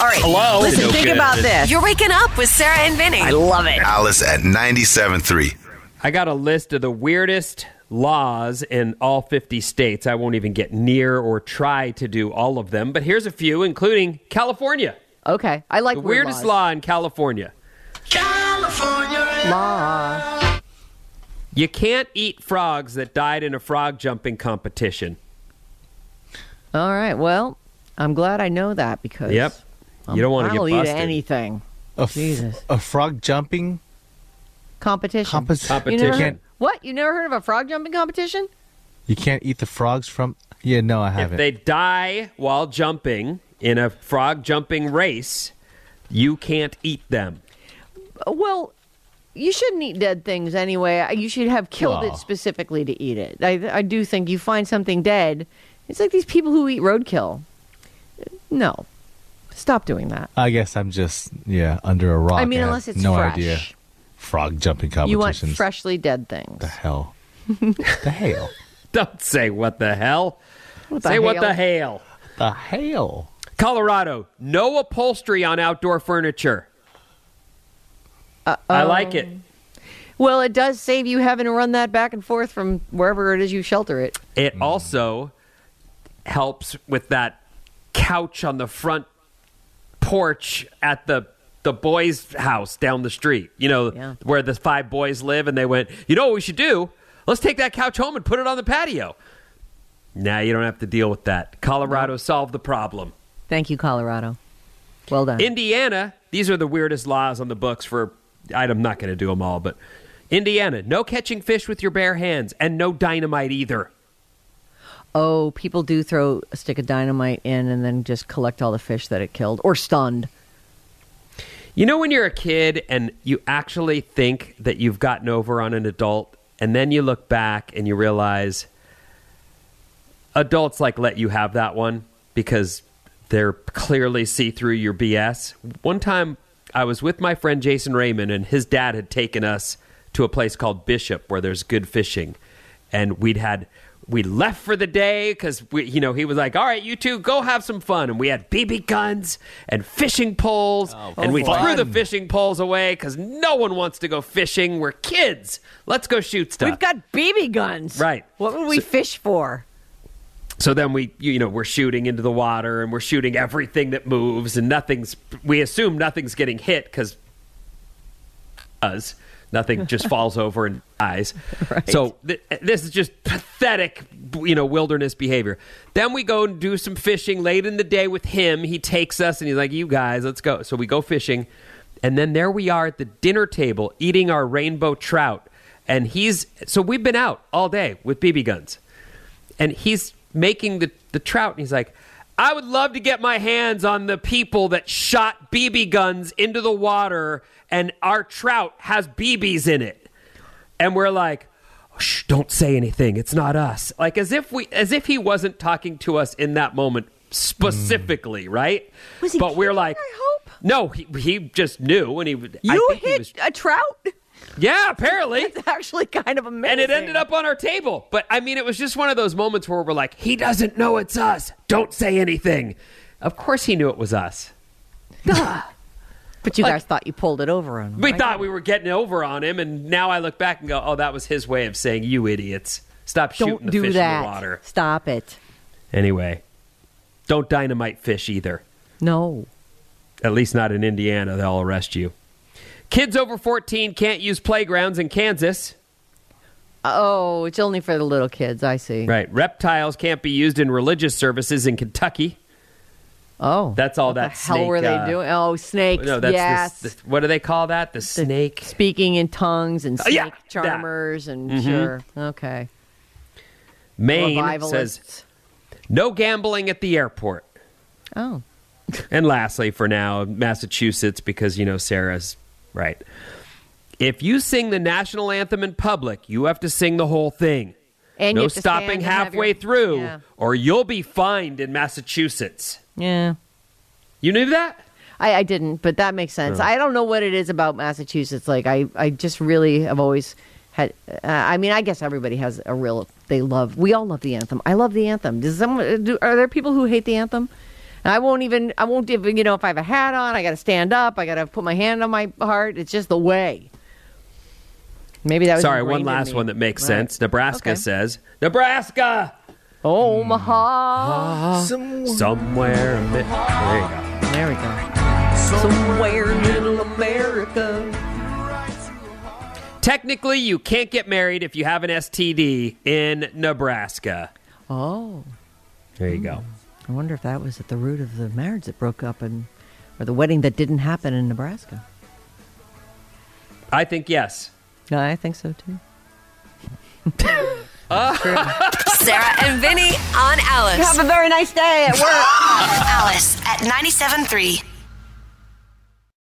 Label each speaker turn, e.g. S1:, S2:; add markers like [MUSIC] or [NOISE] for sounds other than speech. S1: All right.
S2: Hello?
S1: Listen,
S2: No
S1: think
S2: kidding.
S1: about this.
S3: You're waking up with Sarah and Vinny.
S1: I love it.
S4: Alice at 97.3.
S2: I got a list of the weirdest laws in all 50 states. I won't even get near or try to do all of them, but here's a few, including California.
S5: Okay. I like
S2: The
S5: weird
S2: weirdest
S5: laws.
S2: law in California.
S5: law.
S2: You can't eat frogs that died in a frog jumping competition.
S5: All right. Well, I'm glad I know that because
S2: Yep. You don't want to
S5: I'll
S2: get
S5: eat
S2: busted.
S5: anything.
S6: A f-
S5: Jesus.
S6: A frog jumping
S5: Competition.
S6: competition.
S5: You
S2: Competition.
S5: never heard,
S6: Can't-
S5: what? You never heard of a frog jumping competition?
S6: you can't eat the frogs from. Yeah, no, I
S2: If
S6: haven't.
S2: they die while jumping in a frog jumping race, you can't eat them. [LAUGHS]
S5: Uh, Well, you shouldn't eat dead things anyway. I- You should have killed
S6: Aw.
S5: it specifically to eat it. I, I do think you find something dead. It's like these people who eat roadkill. No. Stop doing that.
S6: I guess I'm just yeah under a rock.
S5: I mean,
S6: have
S5: unless it's
S6: no
S5: fresh.
S6: idea. Frog jumping
S5: You want
S6: competitions.
S5: freshly dead things.
S6: The hell. [LAUGHS] the hell.
S2: Don't say what the hell.
S5: the
S2: say what
S5: hell?
S2: the hell.
S6: The hell.
S2: Colorado, no upholstery on outdoor furniture. I like it.
S5: Well, it does save you having to run that back and forth from wherever it is you shelter it.
S2: It also helps with that couch on the front porch at the the boys' house down the street. You know
S5: Yeah.
S2: where the five boys live, and they went. You know what we should do? Let's take that couch home and put it on the patio. Now you don't have to deal with that. Colorado solved the problem.
S5: Thank you, Colorado. Well done.
S2: Indiana, these are the weirdest laws on the books for. I'm not going to do them all, but Indiana, no catching fish with your bare hands and no dynamite either.
S5: oh, people do throw a stick of dynamite in and then just collect all the fish that it killed or stunned.
S2: You know, when you're a kid and you actually think that you've gotten over on an adult, and then you look back and you realize adults like let you have that one because they're clearly see through your BS. One time I was with my friend Jason Raymond, and his dad had taken us to a place called Bishop where there's good fishing. And we'd had, we left for the day because, you know, he was like, all right, you two, go have some fun. And we had BB guns and fishing poles. and we
S6: fun.
S2: threw the fishing poles away because no one wants to go fishing. We're kids. Let's go shoot stuff.
S5: We've got BB guns.
S2: Right.
S5: What would we fish for?
S2: So then we, you you know, we're shooting into the water and we're shooting everything that moves, and nothing's. We assume nothing's getting hit because us, nothing just falls over and dies. So th- this is just pathetic, you know, wilderness behavior. Then we go and do some fishing late in the day with him. He takes us and he's like, "You guys, let's go." So we go fishing, and then there we are at the dinner table eating our rainbow trout. And he's so we've been out all day with BB guns and he's making the, the trout and he's like i would love to get my hands on the people that shot bb guns into the water and our trout has bb's in it and we're like Shh, don't say anything it's not us like as if we as if he wasn't talking to us in that moment specifically right
S5: Was he
S2: but we're
S5: kidding,
S2: like
S5: I hope?
S2: no he, he just knew and he would I
S5: You
S2: think he
S5: hit
S2: was,
S5: a trout? [LAUGHS]
S2: yeah apparently
S5: It's actually kind of amazing.
S2: and it ended up on our table. But I mean, it was just one of those moments where we're like, he doesn't know it's us. Don't say anything. Of course, he knew it was us.
S5: But you
S2: like-
S5: guys thought you pulled it over on him.
S2: We
S5: right?
S2: thought we were getting over on him, and now I look back and go, oh, that was his way of saying, you idiots, stop shooting
S5: Don't
S2: the
S5: do
S2: fish
S5: that.
S2: in the water.
S5: Stop it.
S2: Anyway, don't dynamite fish either.
S5: No.
S2: At least not in Indiana. They'll arrest you. Kids over 14 can't use playgrounds in Kansas.
S5: Oh, it's only for the little kids. I see.
S2: Right. Reptiles can't be used in religious services in Kentucky.
S5: Oh,
S2: That's all
S5: what
S2: that
S5: The hell
S2: snake,
S5: were they
S2: uh,
S5: doing? Oh, snakes.
S2: No, that's
S5: yes.
S2: the, the- what do they call that? The snake.
S5: Speaking in tongues and snake
S2: Uh, yeah, that. Mm-hmm.
S5: charmers and sure. Okay.
S2: Maine
S5: Revivalists.
S2: says no gambling at the airport.
S5: Oh.
S2: And lastly, for now, Massachusetts, because you know Sarah's right. If you sing the national anthem in public, you have to sing the whole thing.
S5: And you
S2: no
S5: have to stand
S2: stopping
S5: and have
S2: halfway
S5: your-
S2: through,
S5: Yeah.
S2: or you'll be fined in Massachusetts.
S5: Yeah.
S2: You knew that?
S5: I, I didn't, but that makes sense. I don't know what it is about Massachusetts. Like, I, I just really have always had. Uh, I mean, I guess everybody has a real. They love. We all love the anthem. I love the anthem. Does someone? Do, are there people who hate the anthem? And I won't even. I won't even. You know, if I have a hat on, I got to stand up. I got to put my hand on my heart. It's just the way. Maybe that was
S2: Sorry,
S5: ingrained
S2: one
S5: in
S2: last
S5: me.
S2: one that makes
S5: Right.
S2: sense. Nebraska
S5: Okay.
S2: says, Nebraska!
S5: Oh,
S2: Hmm.
S5: Omaha.
S2: Ah. Somewhere. a bit- There you go.
S5: There we go.
S2: Technically, you can't get married if you have an STD in Nebraska.
S5: Oh,
S2: There you go.
S5: I wonder if that was at the root of the marriage that broke up and or the wedding that didn't happen in Nebraska.
S2: I think yes.
S5: No, I think so too.
S3: Sarah and Vinny on Alice.
S5: a very nice day at work.
S3: Alice at 97.3.